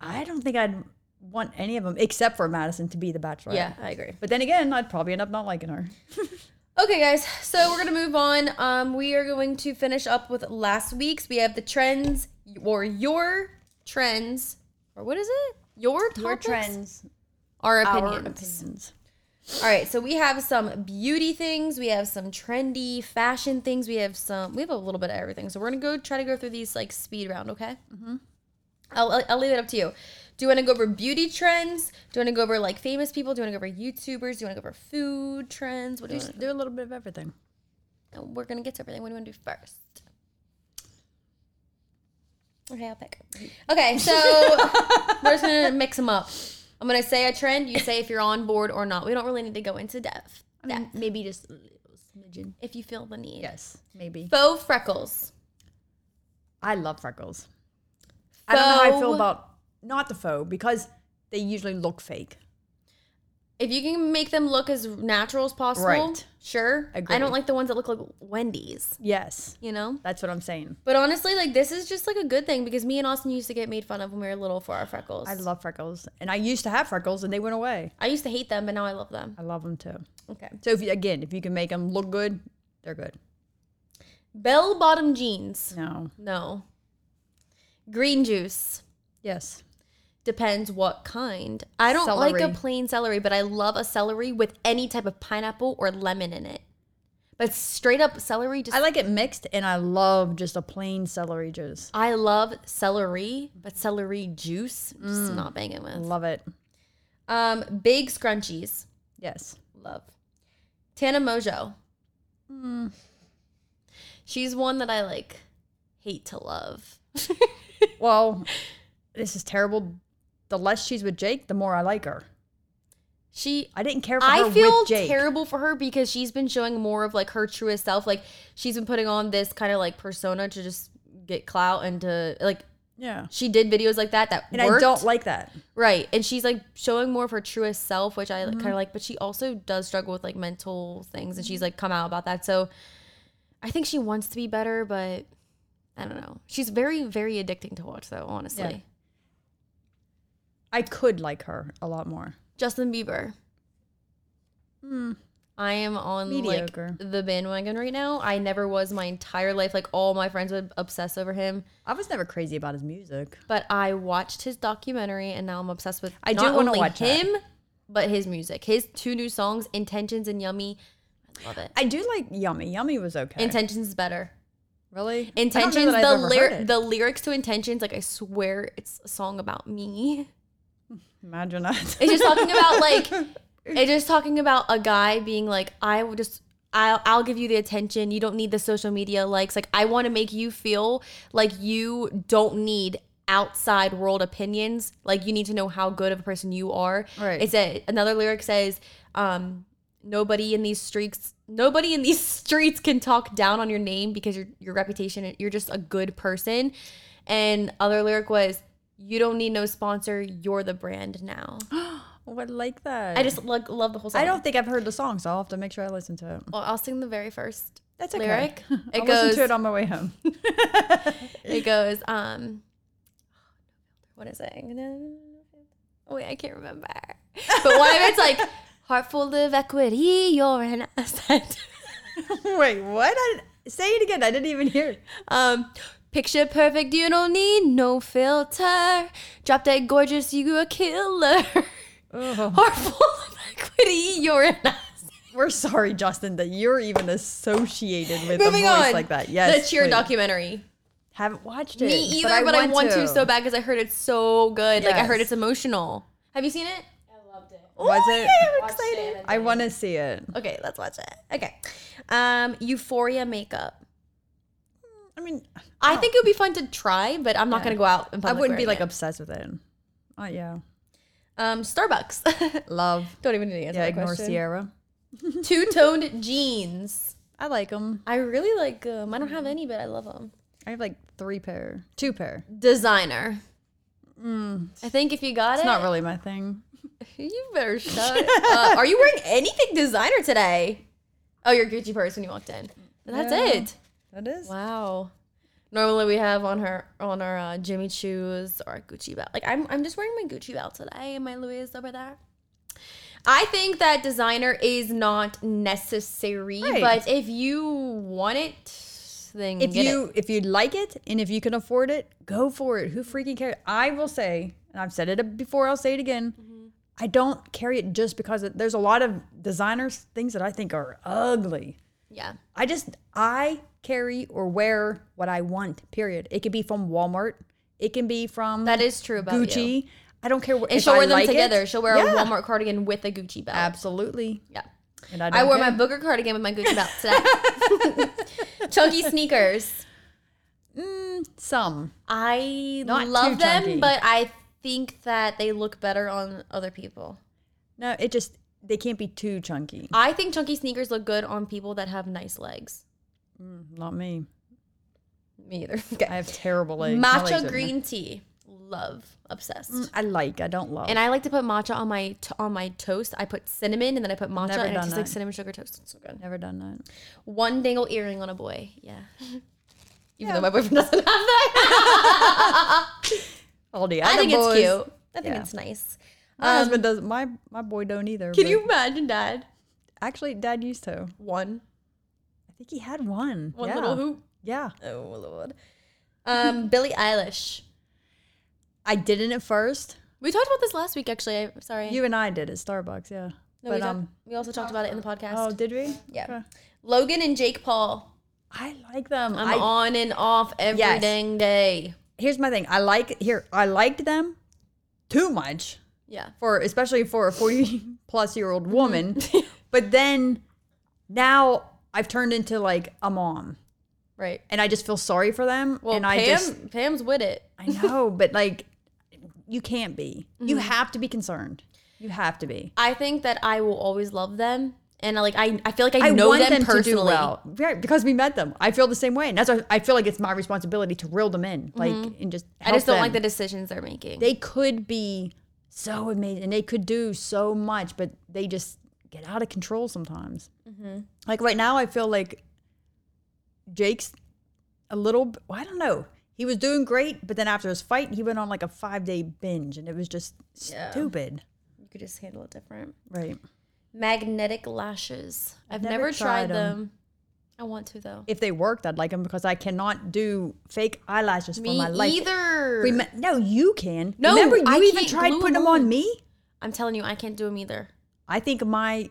C: I don't think I'd want any of them except for Madison to be the bachelorette.
A: Yeah, I agree.
C: But then again, I'd probably end up not liking her.
A: Okay, guys. So we're gonna move on. Um, we are going to finish up with last week's. We have the trends or your trends or what is it? Your topics? Our
C: Our
A: opinions.
C: opinions.
A: All right, so we have some beauty things, we have some trendy fashion things, we have some, we have a little bit of everything. So we're gonna go try to go through these like speed round, okay? Mm-hmm. I'll, I'll, I'll leave it up to you. Do you want to go over beauty trends? Do you want to go over like famous people? Do you want to go over YouTubers? Do you want to go over food trends? What do you?
C: Just do a little bit of everything.
A: wanna- We're gonna get to everything. What do you want to do first? Okay, I'll pick. Okay, so we're just gonna mix them up. I'm gonna say a trend. You say if you're on board or not. We don't really need to go into depth.
C: I mean, maybe just a little smidgen.
A: If you feel the need.
C: Yes, maybe.
A: Faux freckles.
C: I love freckles. I don't know how I feel
A: Faux.
C: about not the faux because they usually look fake.
A: If you can make them look as natural as possible,
C: Right.
A: sure. I
C: Agreed.
A: don't like the ones that look like Wendy's.
C: Yes,
A: You know.
C: that's what I'm saying.
A: But honestly, like this is just like a good thing because me and Austin used to get made fun of when we were little for our freckles.
C: I love freckles, and I used to have freckles, and they went away.
A: I used to hate them, but now I love them.
C: I love them too.
A: Okay.
C: So if you, again, if you can make them look good, they're good.
A: Bell bottom jeans.
C: No.
A: No. Green juice.
C: Yes.
A: Depends what kind. I don't like a
C: Celery.
A: plain celery, but I love a celery with any type of pineapple or lemon in it. But straight up celery just
C: I like it mixed, and I love just a plain celery juice.
A: I love celery, but celery juice, just not banging with.
C: Mm. Love it.
A: Um, big scrunchies,
C: Yes.
A: love. Tana Mojo.
C: Mm.
A: She's one that I like, hate to love.
C: Well, this is terrible. The less she's with Jake, the more I like her.
A: She,
C: I didn't care for her
A: I feel
C: with Jake.
A: terrible for her because she's been showing more of like her truest self. Like she's been putting on this kind of like persona to just get clout and to like
C: yeah.
A: she did videos like that that
C: And
A: worked.
C: I don't like that.
A: Right. And she's like showing more of her truest self, which I kind
C: Mm-hmm.
A: of like, but she also does struggle with like mental things and she's like come out about that. So I think she wants to be better, but I don't know. She's very, very addicting to watch though, honestly.
C: Yeah. I could like her a lot more.
A: Justin Bieber. I am on
C: Hmm. Mediocre.
A: like the bandwagon right now. I never was my entire life. Like all my friends would obsess over him,
C: I was never crazy about his music.
A: but I watched his documentary and now I'm obsessed with
C: I do
A: not
C: wanna
A: only
C: watch that.
A: him, but his music. His two new songs, Intentions and Yummy. I love it.
C: I do like Yummy. Yummy was okay.
A: Intentions is better.
C: really? I don't know
A: Intentions,
C: that I've
A: the
C: ever heard
A: lyr-
C: it.
A: the lyrics to Intentions, like I swear it's a song about me.
C: Imagine that.
A: It's just talking about like it's just talking about a guy being like, I will just I'll, I'll give you the attention. You don't need the social media likes. Like I want to make you feel like you don't need outside world opinions. Like you need to know how good of a person you are.
C: Right.
A: It's a another lyric says, um, nobody in these streets nobody in these streets can talk down on your name because your your reputation you're just a good person. And other lyric was you don't need no sponsor. You're the brand now.
C: oh, I like that.
A: I just like love the whole song.
C: I don't think I've heard the song, so I'll have to make sure I listen to it.
A: Well, I'll sing the very first
C: That's okay.
A: lyric.
C: I'll
A: It
C: listen
A: goes.
C: to it on my way home.
A: It goes. Um, what is it? Oh, wait, I can't remember. But one of it's like heart full of equity. You're an asset.
C: Wait, what? I, say it again. I didn't even hear it.
A: Um, picture perfect. You don't need no filter. Drop dead gorgeous. You a killer.
C: Ugh.
A: Heart full of equity. You're an asset.
C: We're sorry, Justin, that you're even associated with
A: Moving
C: a voice
A: on.
C: like that. Yes,
A: the cheer
C: please.
A: documentary.
C: Haven't watched it.
A: Me either, but, I, want to. so bad because I heard it's so good. Like I heard
C: Yes.
A: it's emotional. Have you seen it?
C: Was
A: Oh,
C: it?
A: yeah, I'm
C: excited. I want to see it.
A: Okay, let's watch it. Okay. Um, Euphoria makeup.
C: I mean,
A: I think it would be fun to try, but I'm not gonna go out. In
C: I
A: public
C: wouldn't be
A: wearing
C: like
A: it.
C: obsessed with it. Oh yeah,
A: um Starbucks.
C: love.
A: Don't even need to answer
C: Yeah,
A: that
C: ignore
A: question.
C: Sierra.
A: Two toned jeans.
C: I like them.
A: I really like them. I don't have any, but I love them.
C: I have like three pair, two pair.
A: Designer. I think if you got
C: Mm. It's
A: it,
C: not really my thing.
A: you better shut up. Are you wearing anything designer today? Oh, your Gucci purse when you walked in. That's
C: Yeah.
A: it.
C: That is.
A: Wow. Normally we have on her on our uh, Jimmy Choo's or Gucci belt. Like I'm I'm just wearing my Gucci belt today and my Louis over there. I think that designer is not necessary,
C: Right.
A: but if you want it, then
C: If
A: get
C: you
A: it.
C: if you like it and if you can afford it, go for it. Who freaking cares? I will say, and I've said it before. I'll say it again.
A: Mm-hmm.
C: I don't carry it just because it, there's a lot of designers things that I think are ugly.
A: yeah,
C: I just I carry or wear what I want. Period. It could be from Walmart. It can be from
A: that is true about you.
C: Gucci. I don't care what.
A: And
C: if
A: she'll
C: I
A: wear them
C: like it,
A: together. She'll wear
C: yeah,
A: a Walmart cardigan with a Gucci belt.
C: Absolutely.
A: Yeah.
C: And I,
A: I
C: don't
A: wore
C: care.
A: my booger cardigan with my Gucci belt today. Chunky sneakers.
C: Mm, some.
A: I
C: Not too
A: love them,
C: chunky.
A: but I think that they look better on other people.
C: No, it just they can't be too chunky.
A: I think chunky sneakers look good on people that have nice legs.
C: Not me.
A: Me either. Okay.
C: I have terrible legs. My legs
A: matcha
C: are-
A: green tea. Love. Obsessed.
C: I like. I don't love.
A: Mm. And I like to put matcha on my t- on my toast. I put cinnamon and then I put matcha
C: Never
A: and it
C: done
A: tastes like
C: that.
A: cinnamon sugar toast. It's so good.
C: Never done that.
A: One dangle earring on a boy. Yeah. Even though my boyfriend doesn't have that.
C: All the
A: I
C: other
A: think it's
C: boys-
A: cute. I think
C: Yeah.
A: it's nice.
C: My husband does. My my boy don't either.
A: Can
C: but-
A: you imagine dad?
C: Actually, Dad used to.
A: One.
C: I think he had one.
A: One
C: yeah.
A: little hoop.
C: Yeah.
A: Oh lord. Um, Billie Eilish.
C: I didn't at first.
A: We talked about this last week actually. I'm sorry.
C: You and I did at Starbucks. Yeah.
A: no, we,
C: but
A: talked-
C: um.
A: we also talked about it in the podcast.
C: Oh, did we?
A: yeah.
C: okay.
A: Logan and Jake Paul.
C: I like them.
A: I'm
C: I-
A: on and off every
C: Yes.
A: dang day.
C: here's my thing. I like here. I liked them too much
A: Yeah.
C: for especially for a 40 plus year old woman. but then now I've turned into like a mom
A: Right.
C: and I just feel sorry for them.
A: Well,
C: and
A: Pam,
C: I just
A: Pam's with it.
C: I know, but like you can't be. You
A: Mm-hmm.
C: have to be concerned. You have to be.
A: I think that I will always love them, and like I, I feel like I,
C: I
A: know
C: want
A: them,
C: them,
A: personally.
C: to do well, right? Because we met them. I feel the same way, and that's why I feel like it's my responsibility to reel them in, like, and just.
A: Mm-hmm. I just don't
C: help
A: like the
C: them.
A: decisions they're making.
C: They could be so amazing, and they could do so much, but they just get out of control sometimes.
A: Mm-hmm.
C: Like right now, I feel like Jake's a little. b- I don't know. He was doing great, but then after his fight, he went on like a five day binge, and it was just
A: Yeah.
C: stupid.
A: you could just handle it different.
C: Right.
A: Magnetic lashes. I've never,
C: never
A: tried
C: tried 'em.
A: them. I want to though.
C: If they worked, I'd like them because I cannot do fake elashes for
A: Me
C: my life.
A: either.
C: Rem- no, you can.
A: No,
C: Remember, you
A: I
C: even
A: can't
C: tried
A: glue
C: putting
A: 'em
C: them on.
A: on.
C: me.
A: I'm telling you, I can't do them either.
C: I think my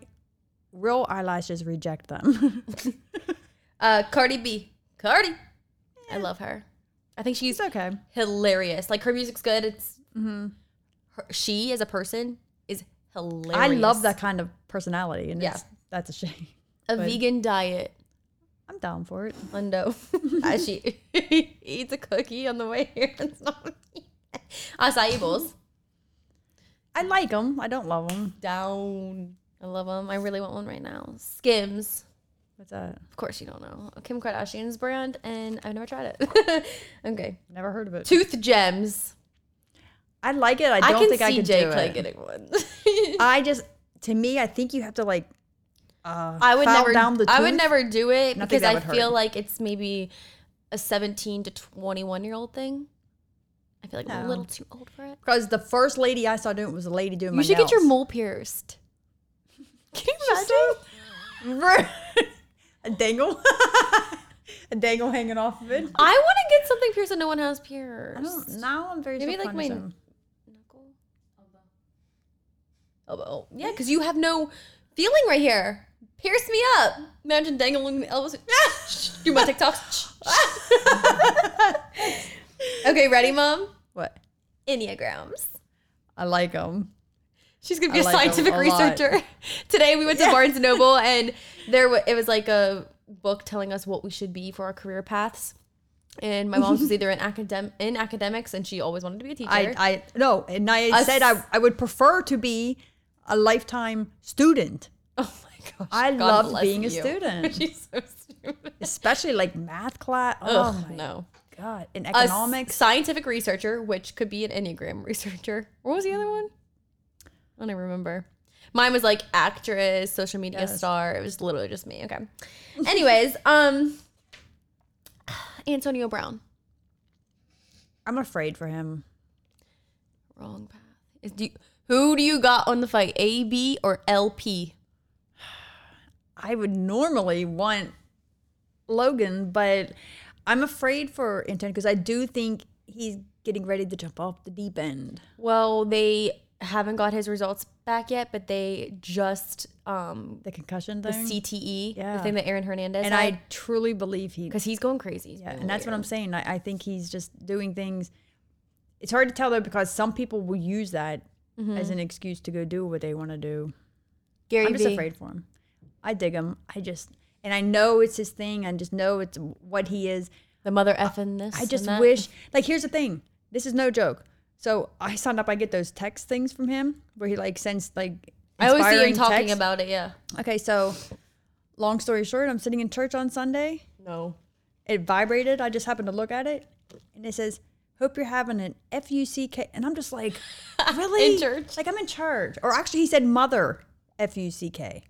C: real eyelashes reject them.
A: Uh, Cardi B. Cardi.
C: Eh.
A: I love her. I think she's
C: it's okay.
A: hilarious. Like her music's good. It's
C: Mm-hmm.
A: her, she as a person is
C: I
A: hilarious.
C: love that kind of personality, and
A: Yeah.
C: it's, that's a shame.
A: a vegan diet.
C: I'm down for it.
A: Lando as she eats a cookie on the way here. It's not me. Acai bowls.
C: I like them. I don't love them.
A: Down. I love them. I really want one right now. Skims.
C: What's that?
A: Of course you don't know. Kim Kardashian's brand, and I've never tried it. okay.
C: Never heard of it.
A: Tooth gems.
C: I like it. I
A: I,
C: don't
A: can
C: think
A: see
C: I could
A: Jay
C: do
A: Clay
C: it.
A: getting one.
C: I just, to me, I think you have to like. Uh,
A: I would
C: file
A: never.
C: down the
A: I would
C: tooth.
A: never do it
C: and I think
A: because
C: that
A: I
C: would hurt.
A: feel like it's maybe a 17 to 21 year old thing. I feel like I'm a
C: No.
A: little too old for it.
C: Because the first lady I saw doing it was a lady doing my
A: You should get your
C: nails.
A: mole pierced. Can you imagine?
C: a dangle, a dangle hanging off of it.
A: I want to get something pierced that no one has pierced.
C: I don't, now I'm very
A: Maybe like my
C: self-conscious.
A: knuckle, elbow. Elbow. Yeah, because you have no feeling right here. Pierce me up. Imagine dangling the elbows. Do my TikToks. okay, ready, mom?
C: what
A: Enneagrams.
C: I like them.
A: She's gonna be a
C: I like 'em
A: scientific
C: a lot.
A: researcher. Today we went to Barnes Noble and there wa it was like a book telling us what we should be for our career paths. And my mom's was either in academ- in academics and she always wanted to be a teacher.
C: I, I no, and I
A: A
C: said I, I would prefer to be a lifetime student,
A: oh my gosh!
C: I
A: God
C: loved
A: bless
C: being a
A: you.
C: student.
A: She's so stupid.
C: especially like math class.
A: Ugh,
C: Oh my
A: no.
C: god, in
A: A s-
C: economics.
A: scientific researcher, which could be an enneagram researcher. What was the other one? I don't even remember. Mine was like actress, social media
C: Yes.
A: star. It was literally just me. Okay. Anyways, um, Antonio Brown.
C: I'm afraid for him.
A: Wrong path. Is, do you, who do you got on the fight? A B or L P?
C: I would normally want Logan, but I'm afraid for Antonio because I do think he's getting ready to jump off the deep end.
A: Well, they haven't got his results back yet, but they just um
C: The concussion
A: the
C: thing.
A: CTE, the
C: Yeah.
A: thing that Aaron Hernandez
C: and I truly believe he
A: because he's going crazy. He's
C: Yeah,
A: being
C: and that's what
A: weird.
C: I'm saying. I, I think he's just doing things. It's hard to tell though because some people will use that as
A: Mm-hmm.
C: an excuse to go do what they want to do.
A: Gary
C: I'm just
A: Vee.
C: afraid for him. I dig him. I just and I know it's his thing. I just know it's what he is.
A: The mother effing this.
C: I just
A: and that.
C: wish. Like here's the thing. This is no joke. So I signed up. I get those text things from him where he like sends like.
A: I always see him
C: inspiring
A: talking
C: texts.
A: about it. Yeah.
C: Okay, so long story short, I'm sitting in church on Sunday.
A: No.
C: It vibrated. I just happened to look at it, and it says, "Hope you're having an F U C K." And I'm just like, "Really?"
A: In church.
C: Like I'm in church, or actually, he said, "Mother F U C K."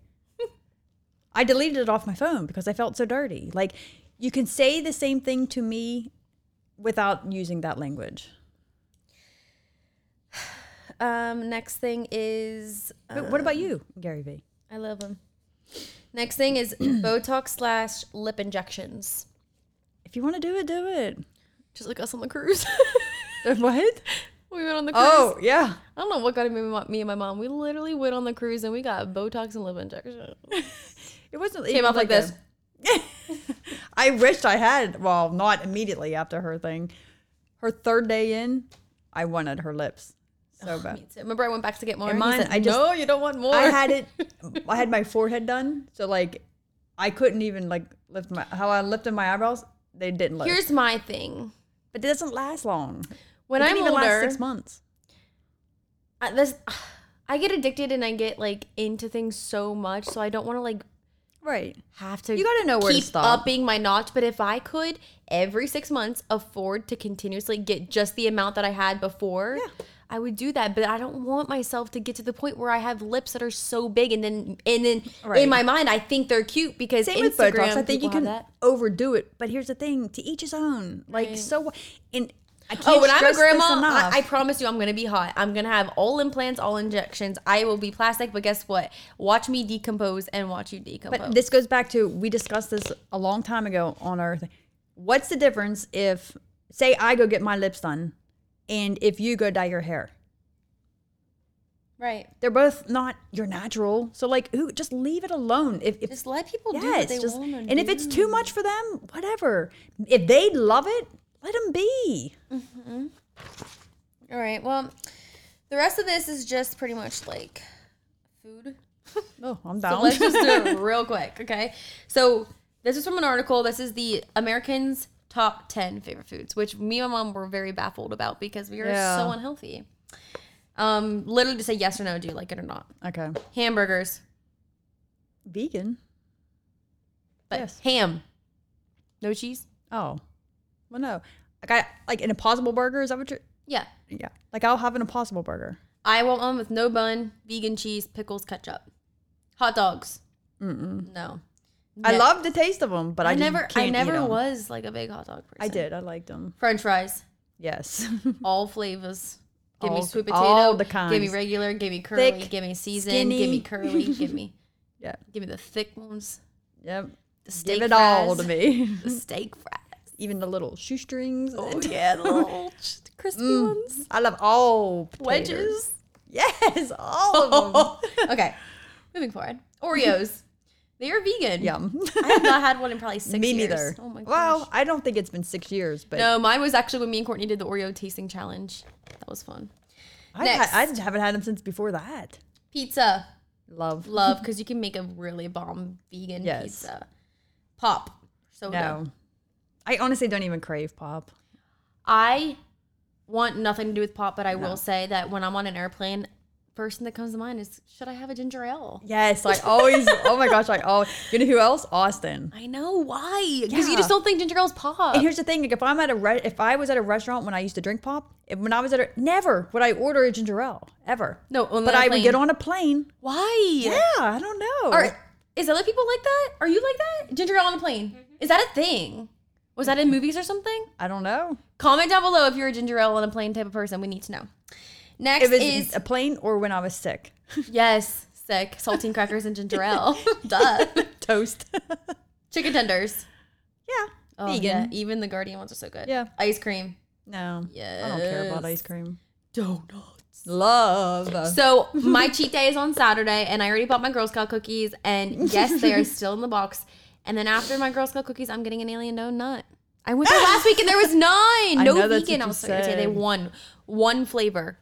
C: I deleted it off my phone because I felt so dirty. Like you can say the same thing to me without using that language.
A: Um. Next thing is
C: But what
A: Uh.
C: about you, Gary Vee?
A: I love him. Next thing is Botox slash lip injections.
C: If you want to do it, do it.
A: Just like us on the cruise.
C: What?
A: we went on the cruise.
C: Oh yeah.
A: I don't know what got me, and my- me and my mom. We literally went on the cruise and we got Botox and lip injections.
C: It wasn't.
A: Came off like this.
C: I wished I had. Well, not immediately after her thing. Her third day in, I wanted her lips so bad.
A: Remember, I went back to get more.
C: And
A: He
C: mine,
A: said,
C: I just-
A: no, you don't want more.
C: I had it. I had my forehead done, so like, I couldn't even like lift my how I lifted my eyebrows. They didn't lift.
A: Here's my thing.
C: but it doesn't last long.
A: When
C: it
A: I'm
C: didn't even last
A: older,
C: six months.
A: I, this, I get addicted and I get like into things so much, so I don't want to like
C: Right.
A: have to.
C: You gotta know where to
A: keep
C: stop.
A: upping my notch. But if I could every six months afford to continuously get just the amount that I had before, I would do that. But I don't want myself to get to the point where I have lips that are so big, and then and then
C: Right.
A: in my mind I think they're cute because
C: Same
A: Instagram.
C: with Botox. I think
A: people
C: you
A: have
C: can
A: that.
C: overdo it. But here's the thing: to each his own. Like so, and I can't.
A: Oh, when I'm a
C: stress this
A: grandma, I,
C: enough.
A: I promise you, I'm gonna be hot. I'm gonna have all implants, all injections. I will be plastic, but guess what? Watch me decompose and watch you decompose.
C: But this goes back to we discussed this a long time ago on our thing. What's the difference if say I go get my lips done and if you go dye your hair?
A: right?
C: They're both not your natural. So like who just leave it alone. If, if
A: Just let people do
C: yes,
A: what they
C: just
A: want.
C: and if it's too much for them, whatever. If they love it, let them be.
A: all right, well, the rest of this is just pretty much like food.
C: Oh, I'm
A: So
C: down.
A: let's just do it real quick, okay? So this is from an article. This is the Americans' top ten favorite foods, which me and my mom were very baffled about because we are
C: Yeah.
A: so unhealthy. Um, literally just say yes or no. Do you like it or not?
C: okay.
A: Hamburgers,
C: Vegan.
A: but
C: Yes.
A: ham, no cheese.
C: Oh. Well no. Like I like an impossible burger, is that what you're
A: Yeah,
C: yeah. Like I'll have an impossible burger.
A: I want one with no bun, vegan cheese, pickles, ketchup, hot dogs. Mm-mm. No,
C: I
A: Yeah.
C: love the taste of them, but I,
A: I
C: just
A: never,
C: can't
A: I
C: eat
A: never
C: 'em.
A: was like a big hot dog person.
C: I did. I liked them.
A: French fries,
C: Yes.
A: all flavors. Give me
C: All-
A: sweet potato.
C: all the
A: Give me
C: kinds.
A: regular. Give me curly.
C: Thick,
A: give me seasoned. Give
C: skinny.
A: me curly. give me,
C: yeah.
A: give me the thick ones.
C: Yep.
A: The steak
C: Give it
A: fries,
C: all to me.
A: The steak fries.
C: Even the little shoestrings.
A: Oh
C: and-
A: yeah, the little crispy ones.
C: mm. I love all potatoes.
A: Wedges. Oh.
C: Yes, all of them. okay.
A: Moving forward, Oreos. they are vegan.
C: Yum.
A: I have not had one in probably six
C: me
A: years.
C: neither.
A: Oh my gosh.
C: Well, I don't think it's been six years, but
A: No, mine was actually when me and Courtney did the Oreo tasting challenge. That was fun.
C: I've had-
A: next.
C: I just haven't had them since before that.
A: Pizza.
C: Love.
A: Love, because you can make a really bomb vegan
C: Yes.
A: pizza. Pop. Soda.
C: No. I honestly don't even crave pop.
A: I want nothing to do with pop, but I will say that when I'm on an airplane, first thing that comes to mind is, should I have a ginger ale?
C: Yes, I always. oh my gosh, I always. You know who else? Austin.
A: I know. Why? Because you
C: Yeah.
A: just don't think ginger ale is pop.
C: And here's the thing: like if I'm at a re- if I was at a restaurant when I used to drink pop, if, when I was at a never would I order a ginger ale ever.
A: No, only
C: but
A: on a
C: I would get
A: plane.
C: on a plane.
A: Why?
C: Yeah, I don't know.
A: Are, is other people like that? Are you like that? Ginger ale on a plane. Is that a thing? Was that in movies or something?
C: I don't know.
A: Comment down below if you're a ginger ale on a plane type of person. We need to know. Next
C: It was
A: is
C: a plane or when I was sick.
A: yes, sick saltine crackers and ginger ale. Duh.
C: Toast.
A: Chicken tenders.
C: yeah.
A: Oh,
C: Vegan.
A: yeah, even the Guardian ones are so good.
C: Yeah.
A: Ice cream.
C: No. I don't care about
A: Yes.
C: ice cream.
A: Donuts.
C: Love.
A: So my cheat day is on Saturday, and I already bought my Girl Scout cookies, and yes, they are still in the box. And then after my Girl Scout cookies, I'm getting an alien donut. I went there last week and there was nine. No
C: know that's
A: vegan.
C: what
A: I
C: you
A: was so irritated. They
C: said.
A: won one flavor,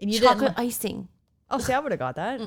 C: And you
A: chocolate
C: didn't.
A: icing.
C: Oh, see, I would have got that.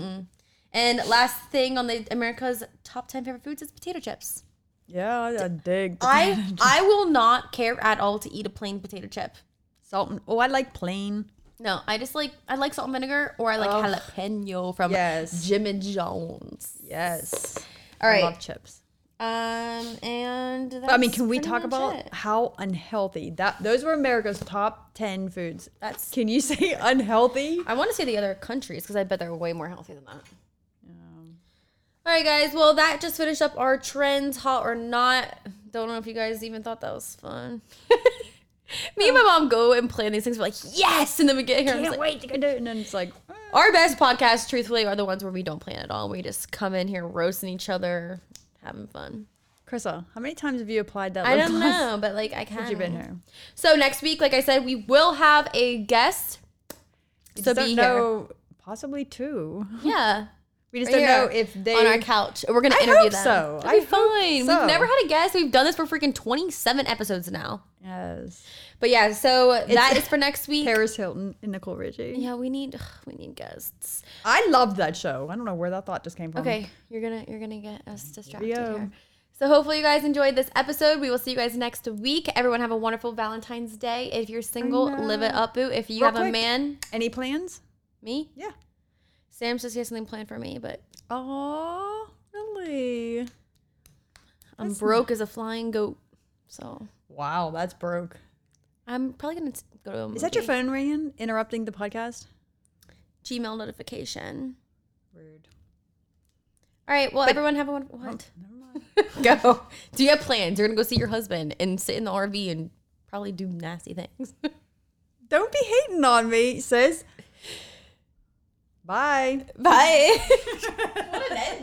A: And last thing on the America's top ten favorite foods is potato chips.
C: Yeah, I, I dig.
A: I I will not care at all to eat a plain potato chip.
C: salt. And, oh, I like plain.
A: No, I just like I like salt and vinegar or I like
C: Ugh.
A: jalapeno from
C: Yes.
A: Jim and Jones.
C: Yes.
A: All
C: I
A: right.
C: love chips.
A: Um and that's
C: But, I mean, can we
A: pretty
C: talk
A: much
C: about
A: it.
C: how unhealthy that those were America's top 10 foods.
A: That's-
C: Can you say unhealthy?
A: I want to say the other countries because I bet they're way more healthy than that. All right, guys. Well, that just finished up our trends, hot or not. Don't know if you guys even thought that was fun. Me and my mom go and plan these things. We're like, yes, and then we get here. and it's
C: Can't
A: like-
C: wait to go do it. And then it's like, eh.
A: Our best podcasts, truthfully, are the ones where we don't plan at all. We just come in here roasting each other, having fun.
C: Krissa, how many times have you applied that
A: I
C: lip
A: don't
C: gloss
A: know, but like I
C: since
A: can't.
C: you've been here?
A: So next week, like I said, we will have a guest.
C: We
A: So
C: just don't
A: be here.
C: know, possibly two.
A: Yeah.
C: We just
A: Right
C: don't know
A: here
C: if they
A: on our couch. We're gonna
C: I
A: interview
C: hope
A: them.
C: so.
A: It'll be
C: I hope
A: fine.
C: so.
A: We've never had a guest. We've done this for freaking twenty-seven episodes now.
C: Yes.
A: But yeah, so that is for next week.
C: Paris Hilton and Nicole Richie.
A: yeah, we need ugh, we need guests.
C: I loved that show. I don't know where that thought just came from.
A: Okay, you're gonna you're gonna get us distracted
C: go.
A: here. So hopefully you guys enjoyed this episode. We will see you guys next week. Everyone have a wonderful Valentine's Day. If you're single, live it up, boo. If you
C: Real
A: have a
C: quick.
A: man,
C: Any plans?
A: me,
C: Yeah.
A: Sam says he has something planned for me, but
C: Oh, really?
A: I'm broke as a flying goat, so
C: Wow, that's broke.
A: I'm probably gonna go to. A
C: Is that your phone ringing, interrupting the podcast?
A: Gmail notification?
C: Rude.
A: All right. Well, everyone have a wonderful. What?
C: Oh, Never mind.
A: go. Do you have plans? You're gonna go see your husband and sit in the RV and probably do nasty things.
C: Don't be hating on me, sis. Bye.
A: Bye. what an end.